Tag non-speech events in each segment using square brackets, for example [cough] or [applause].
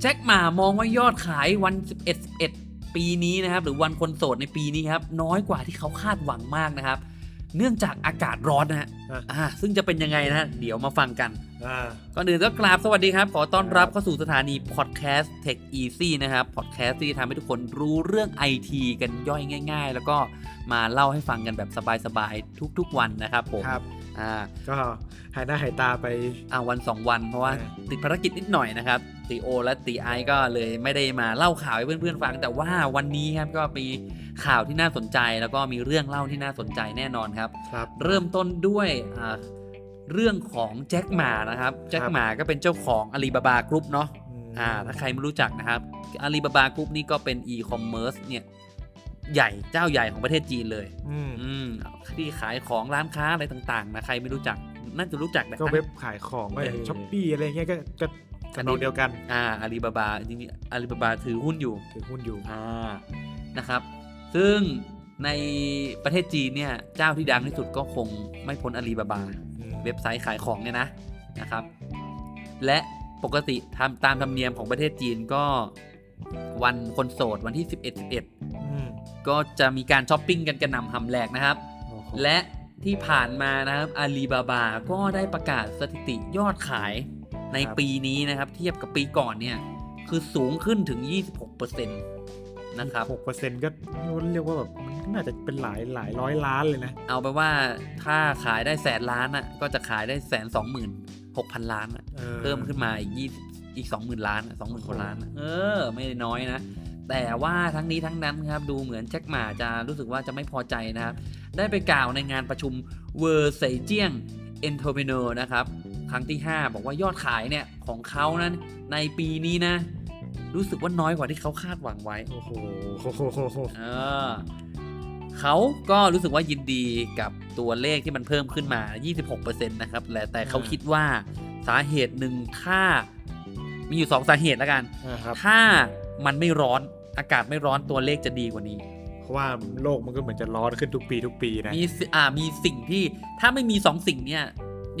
แจ็คหมามองว่ายอดขายวัน 11 11 ปีนี้นะครับ หรือวันคนโสดในปีนี้ครับ น้อยกว่าที่เขาคาดหวังมากนะครับ เนื่องจากอากาศร้อนนะฮะ ฮะ อ่าซึ่งจะเป็นยังไงนะฮะเดี๋ยวมาฟังกัน อ่า ก่อนอื่นก็กราบสวัสดีครับ ขอต้อนรับเข้าสู่สถานีพอดแคสต์ Tech Easy นะครับพอดแคสต์ที่ทำให้ทุกคนรู้เรื่อง IT กันย่อยง่าย ๆ แล้วก็มาเล่าให้ฟังกันแบบสบายๆ ทุกๆ วันนะครับผม ครับ อ่า ก็หายหน้าหายตาไป อ่าวัน 2 วันเพราะว่า เออ ติดภารกิจนิดหน่อยนะครับตีโอและตีไอก็เลยไม่ได้มาเล่าข่าวให้เพื่อนๆฟัง แต่ว่าวันนี้ครับก็มีข่าวที่น่าสนใจ แล้วก็มีเรื่องเล่าที่น่าสนใจแน่นอนครับ ครับ เริ่มต้นด้วยอ่าเรื่องของแจ็คหมานะครับแจ็ค ครับ หมาก็เป็นเจ้าของอาลีบาบากรุ๊ปเนาะ ม อ่าถ้าใครไม่รู้จักนะครับอาลีบาบากรุ๊ปนี่ก็เป็นอีคอมเมิร์ซเนี่ยใหญ่เจ้าใหญ่ของประเทศจีนเลย อืม อืมที่ขายของร้านค้าอะไรต่างๆนะใครไม่รู้จักน่าจะรู้จักแต่ ก็เว็บขายของไป เออ ช้อปปี้อะไรเงี้ยก็ก็ อันนี้กำนองเดียวกัน อ่าอาลีบาบาจริงๆอาลีบาบาถือหุ้นอยู่ ถือหุ้นอยู่ อ่านะครับ ซึ่งในประเทศจีนเนี่ยเจ้าที่ดังที่สุดก็คงไม่พ้นอาลีบาบา เว็บไซต์ขายของเนี่ยนะนะครับ และปกติทำตามธรรมเนียมของประเทศจีนก็วันคนโสดวันที่ 11 อืม 11 ก็จะมีการช้อปปิ้งกันกระหน่ำหำแหลกนะครับ โอ้โห และที่ผ่านมานะครับอาลีบาบาก็ได้ประกาศสถิติยอดขายในปีนี้นะครับ เทียบกับปีก่อนเนี่ย คือสูงขึ้นถึง 26%นะครับ หกเปอร์เซ็นต์ก็เรียกว่าแบบมันน่าจะเป็นหลายหลายร้อยล้านเลยนะ เอาไปนว่าถ้าขายได้แสนล้านอ่ะก็จะขายได้แสนสองหมื่นหกพันล้านอ่ะ ออ เพิ่มขึ้นมาอีกยี่อีกสองหมื่นล้านสองหมื่นคนล้าน เออ ไม่ได้น้อยนะ แต่ว่าทั้งนี้ทั้งนั้นครับ ดูเหมือนแจ็คหมาจะรู้สึกว่าจะไม่พอใจนะครับ ได้ไปกล่าวในงานประชุมเวอร์เซเจียงเอ็นโทเมโนนะครับ ครั้งที่ 5 บอกว่ายอดขายเนี่ย ของเขานั้นในปีนี้นะ รู้สึกว่าน้อยกว่าที่เขาคาดหวังไว้ โอ้โห [laughs] โอ้โหโอ้โห เออเขาก็รู้สึกว่ายินดีกับตัวเลขที่มันเพิ่มขึ้นมา 26%นะครับและแต่เขาคิดว่าสาเหตุหนึ่งถ้ามีอยู่ 2 สาเหตุแล้วกัน อ่าครับ ถ้ามันไม่ร้อนอากาศไม่ร้อนตัวเลขจะดีกว่านี้ เพราะว่าโลกมันก็เหมือนจะร้อนขึ้นทุกปีทุกปีนะ มีสิอ่ามีสิ่งที่ถ้าไม่มี 2 สิ่งเนี่ย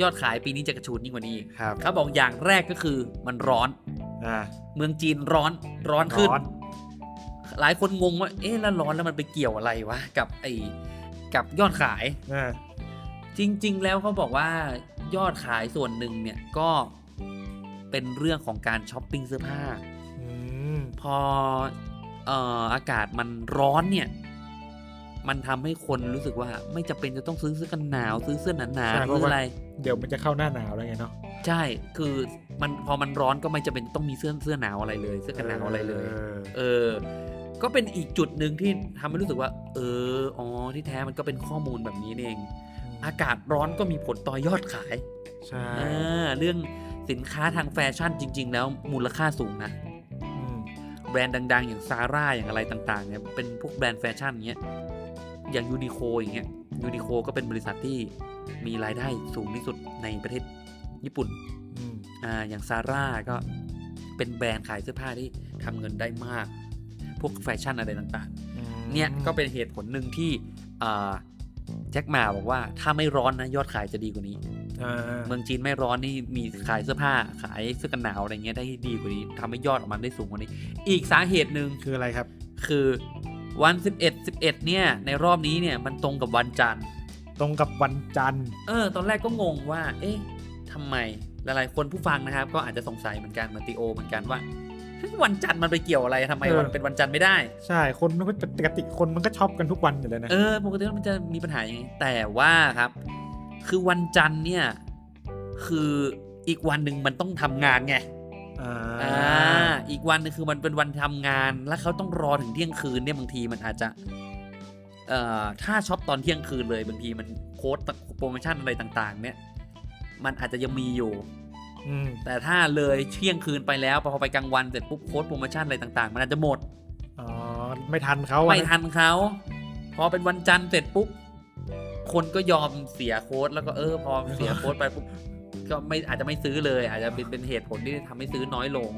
ยอดขายปีนี้จะกระชูดยิ่งกว่านี้อีก ครับ เขาบอกอย่างแรกก็คือมันร้อน อ่า เมืองจีนร้อนร้อนขึ้น ร้อน หลายคนงงว่า เอ๊ะแล้วร้อนแล้วมันไปเกี่ยวอะไรวะกับไอ้กับยอดขาย อ่า จริง ๆ แล้วเขาบอกว่ายอดขายส่วนหนึ่งเนี่ยก็เป็นเรื่องของการช้อปปิ้งเสื้อผ้า อืม พอเอ่ออากาศมันร้อนเนี่ย มันทำให้คนรู้สึกว่าไม่จำเป็นจะต้องซื้อเสื้อกันหนาวซื้อเสื้อหนาๆซื้ออะไร เดี๋ยวมันจะเข้าหน้าหนาวแล้วไงเนาะ ใช่คือมันพอมันร้อนก็ไม่จำเป็นต้องมีเสื้อเสื้อหนาวอะไรเลย เสื้อกันหนาวอะไรเลย ออ เออ ก็เป็นอีกจุดหนึ่งที่ทำให้รู้สึกว่า เอออ๋อที่แท้มันก็เป็นข้อมูลแบบนี้นี่เอง อากาศร้อนก็มีผลต่อยอดขาย ใช่ อ่าเรื่องสินค้าทางแฟชั่นจริง ๆ แล้วมูลค่าสูงนะ อืม แบรนด์ดัง ๆ อย่างซาร่าอย่างอะไรต่างๆเนี่ยเป็นพวกแบรนด์แฟชั่นอย่างเงี้ยอย่างยูนิโคอย่างเงี้ยยูนิโคก็เป็นบริษัทที่มีรายได้สูงที่สุดในประเทศญี่ปุ่น อืม อ่าอย่างซาร่าก็เป็นแบรนด์ขายเสื้อผ้าที่ทำเงินได้มาก พวกแฟชั่นอะไรต่างๆ เนี่ยก็เป็นเหตุผลหนึ่งที่อ่าแจ็คหมาบอกว่าถ้าไม่ร้อนนะยอดขายจะดีกว่านี้ อ่า เมืองจีนไม่ร้อนนี่มีขายเสื้อผ้าขายเสื้อกันหนาวอะไรเงี้ยได้ดีกว่านี้ทำให้ยอดออกมาได้สูงกว่านี้ อีกสาเหตุหนึ่ง คืออะไรครับ คือวัน 11 11 เนี่ย ในรอบนี้เนี่ยมันตรงกับวันจันทร์ ตรงกับวันจันทร์ เออ ตอนแรกก็งงว่า เอ๊ะทำไมหลายๆคนผู้ฟังนะครับ ก็อาจจะสงสัยเหมือนกันเหมือนติโอเหมือนกันว่าเฮ้ยวันจันทร์มันไปเกี่ยวอะไรทำไมวันเป็นวันจันทร์ไม่ได้ ใช่คนมันก็ปกติคนมันก็ช็อปกันทุกวันอยู่แล้วนะ เออปกติแล้วมันจะมีปัญหาอย่างนี้แต่ว่าครับ คือวันจันทร์เนี่ยคืออีกวันหนึ่งมันต้องทำงานไง อ่าอีกวันหนึงคือมันเป็นวันทำงานแล้วเขาต้องรอถึงเที่ยงคืนเนี่ยบางทีมันอาจจะเอ่อถ้าช็อปตอนเที่ยงคืนเลยบางทีมันโค้ดโปรโมชั่นอะไรต่างๆ เนี่ย มันอาจจะยังมีอยู่ อืม แต่ถ้าเลยเที่ยงคืนไปแล้วพอไปกลางวันเสร็จปุ๊บโค้ดโปรโมชั่นอะไรต่างๆ มันอาจจะหมด อ๋อ ไม่ทันเขาอะ ไม่ทันเขาพอเป็นวันจันทร์เสร็จปุ๊บคนก็ยอมเสียโค้ดแล้วก็เออพอเสียโค้ดไปปุ๊บก็ไม่อาจจะไม่ซื้อเลย อาจจะเป็นเป็นเหตุผลที่ทำให้ซื้อน้อยลง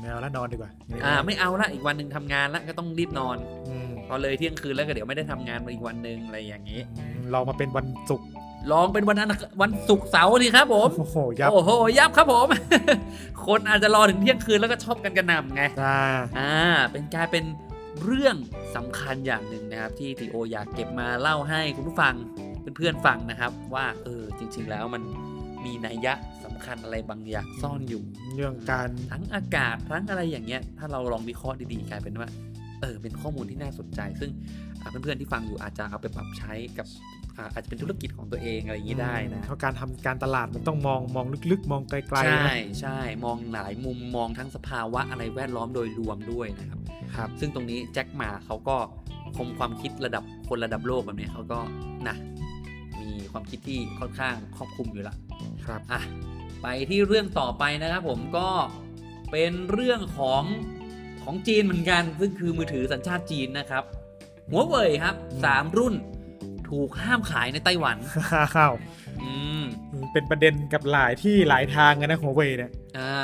แมวแล้วนอนดีกว่า อ่าไม่เอาละอีกวันหนึ่งทำงานละก็ต้องรีบนอน อืม พอเลยเที่ยงคืนแล้วก็เดี๋ยวไม่ได้ทำงานมาอีกวันหนึ่งอะไรอย่างนี้ อืมเรามาเป็นวันศุกร์ ลองเป็นวันอังควันศุกร์เสาร์ดีครับผม โอ้โห [laughs] ยับ โอ้โหยับครับผม [laughs] คนอาจจะรอถึงเที่ยงคืนแล้วก็ชอบกันกระหน่ำไง จ้า อ่า เป็นกลายเป็นเรื่องสำคัญอย่างหนึ่งนะครับ ที่ทีโออยากเก็บมาเล่าให้คุณผู้ฟังเพื่อนๆฟังนะครับ ว่าเออจริง ๆ แล้วมันมีนัยยะสำคัญอะไรบางอย่างซ่อนอยู่ เรื่องการ ทั้งอากาศทั้งอะไรอย่างเงี้ย ถ้าเราลองวิเคราะห์ดีๆกลายเป็นว่า เออ เป็นข้อมูลที่น่าสนใจ ซึ่งอ่าเพื่อนๆที่ฟังอยู่อาจจะเอาไปปรับใช้กับอาอาจจะเป็นธุรกิจของตัวเองอะไรอย่างนี้ได้นะ เพราะการทำการตลาดมันต้องมองมองลึกๆ มองไกลๆ ใช่ นะ ใช่มองหลายมุมมองทั้งสภาวะอะไรแวดล้อมโดยรวมด้วยนะครับ ครับ ซึ่งตรงนี้แจ็คหมาเขาก็คมความคิดระดับคนระดับโลกแบบนี้เขาก็นะมีความคิดที่ค่อนข้างครอบคลุมอยู่ละ ครับ [laughs] อ่ะไปที่เรื่องต่อไปนะครับผมก็เป็นเรื่องของของจีนเหมือนกัน ซึ่งคือมือถือสัญชาติจีนนะครับหัวเว่ยครับสามรุ่นถูกห้ามขายในไต้หวัน ข้าว อืม เป็นประเด็นกับหลายที่หลายทางกันนะหัวเว่ยเนี่ย อ่า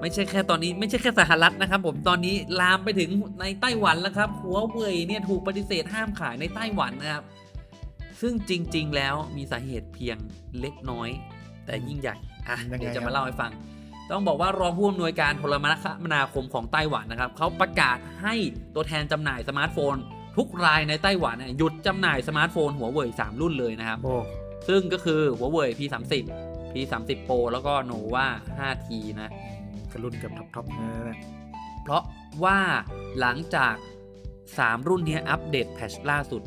ไม่ใช่แค่ตอนนี้ไม่ใช่แค่สหรัฐนะครับผมตอนนี้ลามไปถึงในไต้หวันแล้วครับหัวเว่ยเนี่ยถูกปฏิเสธห้ามขายในไต้หวันนะครับ ซึ่งจริง ๆ แล้วมีสาเหตุเพียงเล็กน้อย แต่ยิ่งใหญ่อ่ะ ยังไง เดี๋ยวจะ ครั มา บ เล่าให้ฟัง ต้องบอกว่ารองผู้อำนวยการโทรคมนาคมของไต้หวันนะครับเขาประกาศให้ตัวแทนจำหน่ายสมาร์ทโฟน ทุกรายในไต้หวันเนี่ยหยุดจำหน่ายสมาร์ทโฟนหัวเว่ยสามรุ่นเลยนะครับ โอ้ ซึ่งก็คือหัวเว่ย P30 P30 Pro แล้วก็โนวา 5T นะ กระรุ่นกับท็อปๆนะ เพราะว่าหลังจาก 3 รุ่นเนี้ยอัปเดตแพทชล่าสุด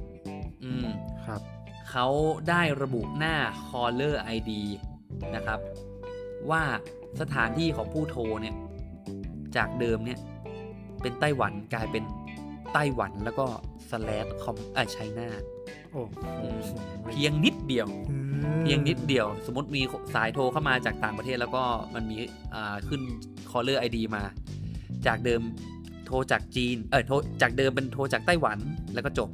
อืม ครับ เขาได้ระบุหน้า caller ID นะครับ ว่าสถานที่ของผู้โทรเนี่ย จากเดิมเนี่ย เป็นไต้หวันกลายเป็นไต้หวันแล้วก็ slash com เออไชน่า โอ้โห อืม เพียงนิดเดียว อืม เพียงนิดเดียว สมมติมีสายโทรเข้ามาจากต่างประเทศแล้วก็มันมีอ่าขึ้น caller ID มา จากเดิมโทรจากจีน เออโทรจากเดิมเป็นโทรจากไต้หวันแล้วก็จบ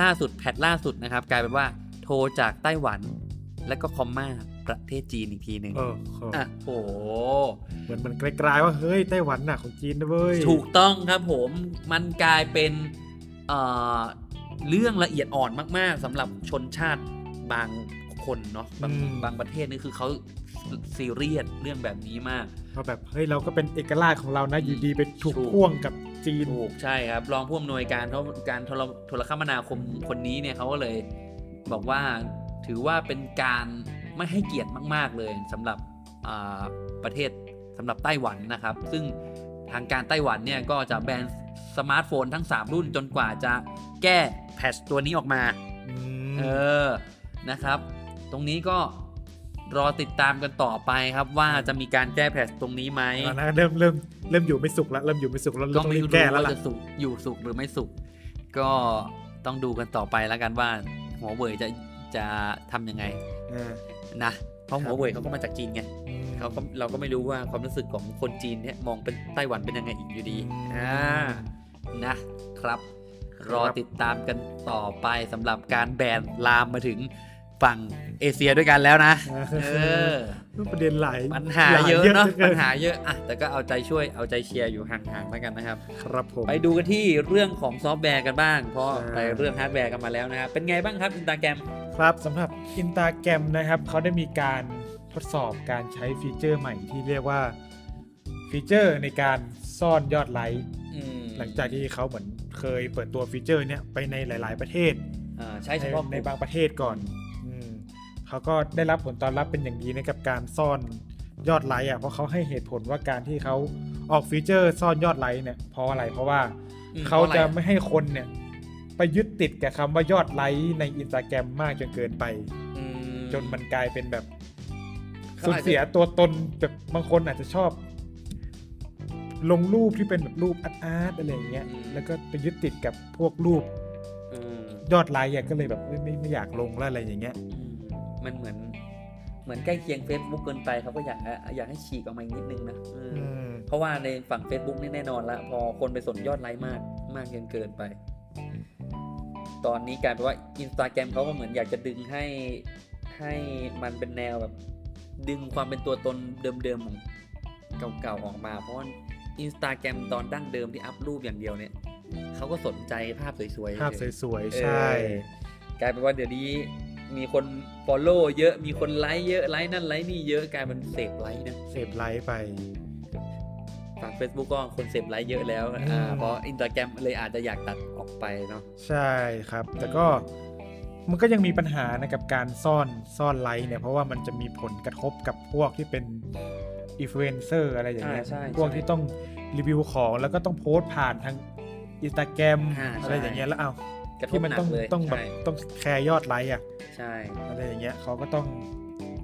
ล่าสุดแพทล่าสุดนะครับ กลายเป็นว่าโทรจากไต้หวันแล้วก็คอมมาประเทศจีนอีกทีหนึ่ง เออเออ อ่ะโห เหมือนมันไกลๆว่าเฮ้ยไต้หวันน่ะของจีนนะเว้ย ถูกต้องครับผมมันกลายเป็นเอ่อเรื่องละเอียดอ่อนมาก ๆสำหรับชนชาติบางคนเนาะบาง อืม บางประเทศนี่คือเขาซีเรียสเรื่องแบบนี้มาก เพราะแบบเฮ้ยเราก็เป็นเอกลักษณ์ของเรานะอยู่ดีไปถูก ถูก พ่วงกับจีน ถูกใช่ครับ รองผู้อำนวยการเขาการโทรโทรคมนาคมคนนี้เนี่ยเขาก็เลยบอกว่าถือว่าเป็นการไม่ให้เกียรติมาก ๆ เลยสำหรับอ่าประเทศสำหรับไต้หวันนะครับ ซึ่งทางการไต้หวันเนี่ยก็จะแบนสมาร์ทโฟนทั้ง 3 รุ่นจนกว่าจะแก้แพทชตัวนี้ออกมา อืม เออ นะครับ ตรงนี้ก็รอติดตามกันต่อไปครับว่าจะมีการแก้แพทชตรงนี้ไหม เอานะเริ่มเริ่มเริ่มอยู่ไม่สุขละเริ่มอยู่ไม่สุขแล้ว ก็ ต้อง ไม่ รีบ รู้ แก้แล้ว ว่า ล่ะ จะสุขอยู่สุขหรือไม่สุข ก็ต้องดูกันต่อไปแล้วกันว่าหัวเว่ยจะจะทำยังไงนะเพราะ ครับ หัวเว่ยเขาก็มาจากจีนไงเขาก็เราก็ไม่รู้ว่าความรู้สึกของคนจีนเนี่ยมองเป็นไต้หวันเป็นยังไงอีกอยู่ดีอ่านะครับ รอติดตามกันต่อไปสำหรับการแบนลามมาถึงฝั่งเอเชียด้วยกันแล้วนะเอ [laughs] อ ประเด็นหลาย ปัญหาเยอะเนาะ หล ปั ย ญหาเยอะอ่ะแต่ก็เอาใจช่วยเอาใจเชียร์อยู่ห่างๆแล้วกันนะครับ ครับผม ไปดูกันที่เรื่องของซอฟต์แวร์กันบ้าง เพราะ ใช่ ไปเรื่องฮาร์ดแวร์กันมาแล้วนะครับ เป็นไงบ้างครับอินตาแกรม ครับสำหรับอินตาแกรมนะครับเขาได้มีการทดสอบการใช้ฟีเจอร์ใหม่ที่เรียกว่าฟีเจอร์ในการซ่อนยอดไลค์หลังจากที่เขาเหมือนเคยเปิดตัวฟีเจอร์เนี้ยไปในหลาย ๆ ประเทศ ใช้เฉพาะ ในบางประเทศก่อนอืมเขาก็ได้รับผลตอบรับเป็นอย่างดีนะกับการซ่อนยอดไลค์อ่ะ เพราะเขาให้เหตุผลว่าการที่เขาออกฟีเจอร์ซ่อนยอดไลค์เนี่ยเพราะอะไร เพราะว่า อืม เขาจะ พรอร ไม่ให้คนเนี่ย ไปยึดติดกับคำว่ายอดไลค์ในอินสตาแกรมมากจนเกินไป อืม จนมันกลายเป็นแบบ เขา สูญ อาจจะ เสียตัวตนแบบบางคนอาจจะชอบ ลงรูปที่เป็นแบบรูปอาร์ตๆอะไรอย่างเงี้ยแล้วก็ไปยึดติดกับพวกรูป อืม ยอดไลค์อะก็เลยแบบเอ้ยไม่ไม่อยากลงแล้วอะไรอย่างเงี้ย มันเหมือน เหมือนใกล้เคียง Facebook เกินไปเขาก็อยากอยากให้ฉีกออกมาอีกนิดนึงนะอืมเพราะว่าในฝั่ง Facebook นี่แน่นอนละพอคนไปสนยอดไลค์มากมากเกินเกินไป ตอนนี้กลายเป็นว่าอินสตาแกรมเขาก็เหมือนอยากจะดึงให้ให้มันเป็นแนวแบบ ดึงความเป็นตัวตนเดิมๆของเก่าๆออกมา เพราะอินสตาแกรมตอนดั้งเดิมที่อัพรูปอย่างเดียวเนี่ยเขาก็สนใจภาพสวยๆ ภาพ เฉย สวย เออๆใช่ ๆกลายเป็นว่าเดี๋ยวนี้ มีคน follow เยอะมีคนไลค์เยอะไลค์นั่นไลค์นี่เยอะกลายเป็นเสพไลค์นะ เสพไลฟ์ไป ฝั่ง Facebook ก็คนเสพไลค์เยอะแล้ว อื อ่าม เพราะอินสตาแกรมเลยอาจจะอยากตัดออกไปเนาะ ใช่ครับ แต่ อืม ก็มันก็ยังมีปัญหานะกับการซ่อนซ่อนไลค์เนี่ย เพราะว่ามันจะมีผลกระทบกับพวกที่เป็นอินฟลูเอนเซอร์อะไรอย่างเงี้ย อ่าใช่ พวกที่ต้องรีวิวของแล้วก็ต้องโพสต์ผ่านทางอินสตาแกรม อ่า อะไรอย่างเงี้ยแล้วเอา กระทบ ที่มั หนัก ต้อง เลย ต้องแบบ ใช่ ต้องแคร์ยอดไลค์อะ ใช่ อะไรอย่างเงี้ยเขาก็ต้อง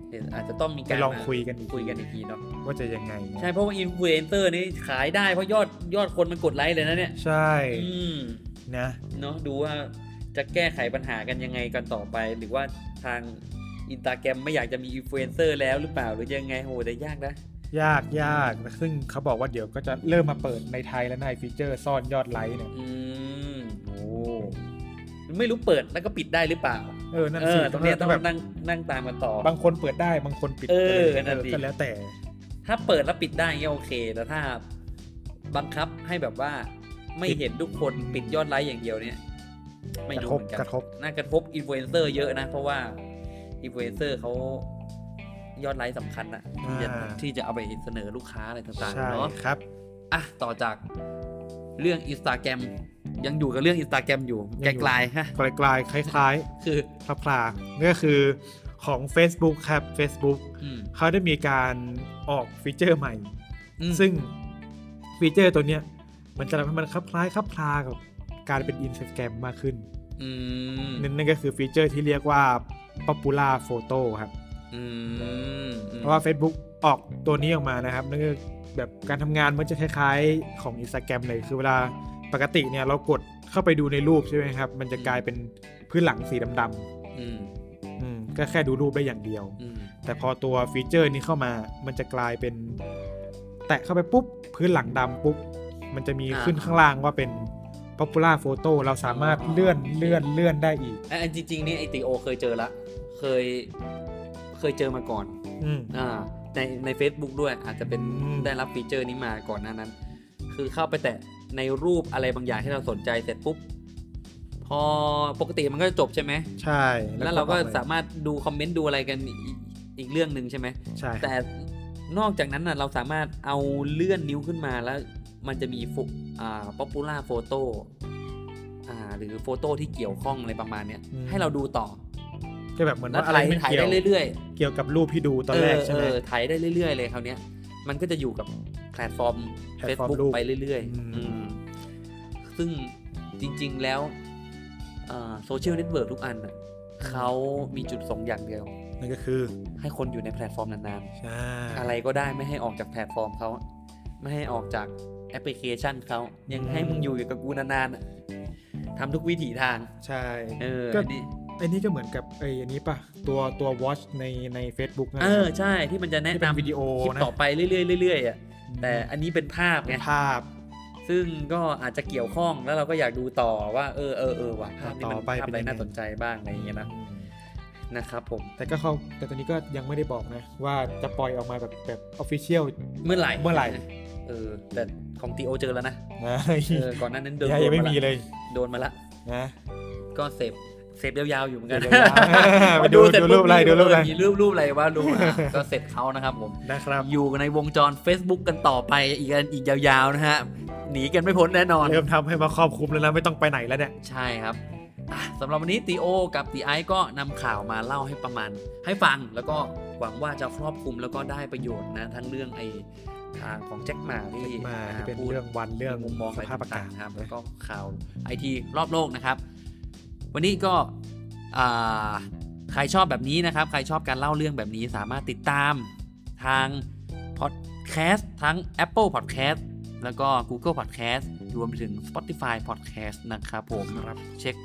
เดี๋ยวอาจจะต้องมี ไป การ ลอง มา คุยกันอีก คุยกันอีกทีเนาะ ว่าจะยังไงนะ ใช่เพราะว่าอินฟลูเอนเซอร์นี่ขายได้เพราะยอดยอดคนมันกดไลค์เลยนะเนี่ย ใช่ อืม นะ เนาะดูว่าจะแก้ไขปัญหากันยังไงกันต่อไป หรือว่าทางอินตาแกรมไม่อยากจะมีอินฟลูเอนเซอร์แล้วหรือเปล่าหรือยังไงโหแต่ยากนะ ยากยากซึ่งเขาบอกว่าเดี๋ยวก็จะเริ่มมาเปิดในไทยแล้วในฟีเจอร์ซ่อนยอดไลค์เนี่ย อืมโอ้ไม่รู้เปิดแล้วก็ปิดได้หรือเปล่า เออนั่น เอ สิ อตรงเนี้ยต้อง แบบ นั่งนั่งตามกันต่อ บางคนเปิดได้บางคนปิด เออ ไปลย นั่นสิ ก็แล้วแต่ ถ้าเปิดแล้วปิดได้เงี้ยโอเค แต่ถ้าบังคับให้แบบว่าไม่เห็นทุกคนปิดยอดไลค์อย่างเดียวเนี่ย ไม่รู้เหมือนกัน กระทบกระทบ น่ากระทบอินฟลูเอนเซอร์เยอะนะ เพราะว่าอินฟลูเอนเซอร์เขายอดไลค์สำคัญอะที่จะ อ่า ที่จะเอาไปเสนอลูกค้าอะไรต่าง ใช่ ๆเนาะ ครับ อ่ะต่อจากเรื่องอินสตาแกรมยังอยู่กับเรื่องอินสตาแกรมอยู่ไกลๆฮะ ไกลๆคล้าย คือ ๆคลับคลานี่ก็คือของ Facebook ครับ Facebook อืม เขาได้มีการออกฟีเจอร์ใหม่ อืม ซึ่งฟีเจอร์ตัวเนี้ยมันจะทำให้มันคลับคล้ายคลับคลากับการเป็นอินสตาแกรมมากขึ้น อืม นั่นนั่นก็คือฟีเจอร์ที่เรียกว่า popular photo ครับ อืมอืม เพราะว่า Facebook ออกตัวนี้ออกมานะครับนั่นคือแบบการทำงานมันจะคล้ายๆของ Instagram เลยคือเวลาปกติเนี่ยเรากดเข้าไปดูในรูปใช่ไหมครับ มันจะกลายเป็นพื้นหลังสีดำ อืม ๆอืมก็แค่ดูรูปได้อย่างเดียว อืม แต่พอตัวฟีเจอร์นี้เข้ามา มันจะกลายเป็น แตะเข้าไปปุ๊บ พื้นหลังดำปุ๊บ มันจะมีขึ้นข้างล่างว่าเป็น popular photo เราสามารถเลื่อนเลื่อนเลื่อนได้อีก อ่ะอันจริงๆนี่ไอติโอเคยเจอละ เคยเคยเจอมาก่อน อืม อ่าในใน Facebook ด้วยอาจจะเป็น อืม ได้รับฟีเจอร์นี้มาก่อนหน้านั้น คือเข้าไปแตะในรูปอะไรบางอย่างที่เราสนใจเสร็จปุ๊บ พอปกติมันก็จะจบใช่ไหม ใช่ แล้วเราก็ ออไป สามารถดูคอมเมนต์ดูอะไรกันอีกอีกเรื่องหนึ่งใช่ไหม ใช่ แต่นอกจากนั้นน่ะเราสามารถเอาเลื่อนนิ้วขึ้นมาแล้ว มันจะมีฟุอ่าป๊อปปูล่าโฟโต้อ่าหรือโฟโต้ที่เกี่ยวข้องอะไรประมาณเนี้ยให้เราดูต่อ ก็แบบเหมือน แล้ว ว่าอะไร ถ่าย ไม่ ถ่าย เกี่ยว ได้เรื่อยๆ เกี่ยวกับรูปที่ดูตอนแรกใช่ไหม เออเออถ่ายได้เรื่อย ๆ เลยคราวเนี้ย มันก็จะอยู่กับแพลตฟอร์ม แพลตฟอร์ม Facebook รูป ไปเรื่อย อืม อืมซึ่งจริง ๆ แล้วโซเชียลเน็ตเวิร์กทุกอันน่ะเขามีจุดประสงค์อย่างเดียว นั่นก็คือ ให้คนอยู่ในแพลตฟอร์มนาน ใช่ ๆ อะไรก็ได้ไม่ให้ออกจากแพลตฟอร์มเขาไม่ให้ออกจากแอปพลิเคชันเขายังให้มึงอยู่กับกูนานๆน่ะทำทุกวิถีทาง ใช่ เออ ก็ นี่ ไอ้นี่ก็เหมือนกับไอ้อันนี้ป่ะ ตัวตัว watch ในใน Facebook นะ เออใช่ที่มันจะแนะ ที่เป็น นำ วิดีโอ คลิป นะ ต่อไปเรื่อยๆเรื่อยๆอ่ะแต่อันนี้เป็นภาพไง ภาพ ซึ่งก็อาจจะเกี่ยวข้องแล้วเราก็อยากดูต่อว่าเออเออเออว่ะภาพนี้มั ต่ น อไป ภาพอะไร เป็นยังไง น่าสนใจบ้างอะไรอย่างเงี้ยนะนะครับผม แต่ก็เขาแต่ตอนนี้ก็ยังไม่ได้บอกนะ ว่าจะปล่อยออกมาแบบแบบออฟฟิเชียล เมื่อไหร่ เมื่อไหร่ เออแต่ของตีโอเจอแล้วนะ นะ เออ [laughs] ก่อนหน้านั้นโดน ยังไม่มี โดนมาละโดนเลยมาละ นะ ก็เสพเสพยาวๆอยู่เหมือนกัน เดี๋ยวๆไปดู เสจ ดูรูปอะไรดูรูปอะไร มีรูปรูปอะไรว่ารูป [laughs] อ่ะก็เสร็จเขานะครับผม นะครับ อยู่ในวงจร Facebook กันต่อไปอีกอันอีกยาวๆนะฮะหนีกันไม่พ้นแน่นอน เริ่มทำให้มาครอบคลุมแล้วนะ ไม่ต้องไปไหนแล้วเนี่ย ใช่ครับอ่ะสำหรับวันนี้ตีโอ กับตีไอซ์ก็นำข่าวมาเล่าให้ประมาณ ให้ฟังแล้วก็หวังว่าจะครอบคลุมแล้วก็ได้ประโยชน์นะ ทั้งเรื่องไอทางของแจ็คหมาที่ มา อ่ ที่เป็น พูด เรื่องวันเรื่อง มุมมอง สภาพ ะไร อากาศ ต่งๆครับ นะ แล้วก็ข่าวไอทีรอบโลกนะครับ วันนี้ก็อ่าใครชอบแบบนี้นะครับ ใครชอบการเล่าเรื่องแบบนี้สามารถติดตามทางพอดแคสต์ทั้ง Apple Podcast แล้วก็ Google Podcast รวมถึง Spotify Podcast นะครับผม ครับ เช็ค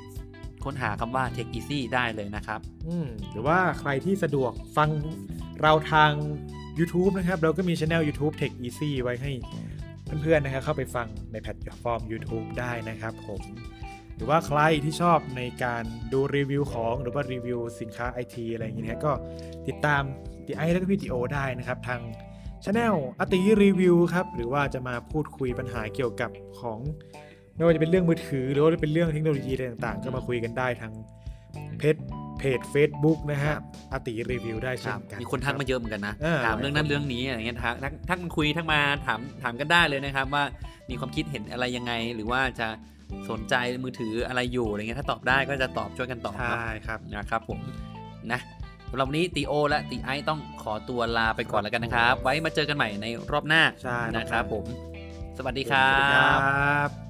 ค้นหาคำว่า Tech Easy ได้เลยนะครับ อืมหรือว่าใครที่สะดวกฟังเราทาง YouTube นะครับ เราก็มีช anel YouTube Tech Easy ไว้ให้เพื่อนๆนะครับเข้าไปฟังในแพลตฟอร์ม YouTube ได้นะครับผมหรือว่าใครที่ชอบในการดูรีวิวของหรือว่ารีวิวสินค้า IT อะไรอย่างเงี้ยนะก็ติดตามตีไอแล้วก็พี่ติโอได้นะครับ ทางช anel อติรีวิวครับ หรือว่าจะมาพูดคุยปัญหาเกี่ยวกับของ ไม่ว่าจะเป็นเรื่องมือถือหรือว่าเป็นเรื่องเทคโนโลยีอะไรต่างๆ ก็มาคุยกันได้ทางเพจ เพจ Facebook นะครัฮะบ อาติรีวิวได้ ค เช่ รับ นกัน มีคนทักมา รับ เยอะเหมือนกันนะ เออ ถามเรื่องนั้นเรื่องนี้อะไรเงี้ยทักทักทักมาคุยทักมาถามถามกันได้เลยนะครับ ว่ามีความคิดเห็นอะไรยังไง หรือว่าจะสนใจมือถืออะไรอยู่อะไรเงี้ยถ้าตอบได้ก็จะตอบช่วยกันตอบ ใช่ เนาะ ครับ นะครับผมนะสำหรับวันนี้ตีโอ และตีไอซ์ต้องขอตัวลาไปก่อนแล้วกันนะครับ ไว้มาเจอกันใหม่ในรอบหน้า ใช่ นะครับผม สวัสดีค ส รั วัสบดีครับ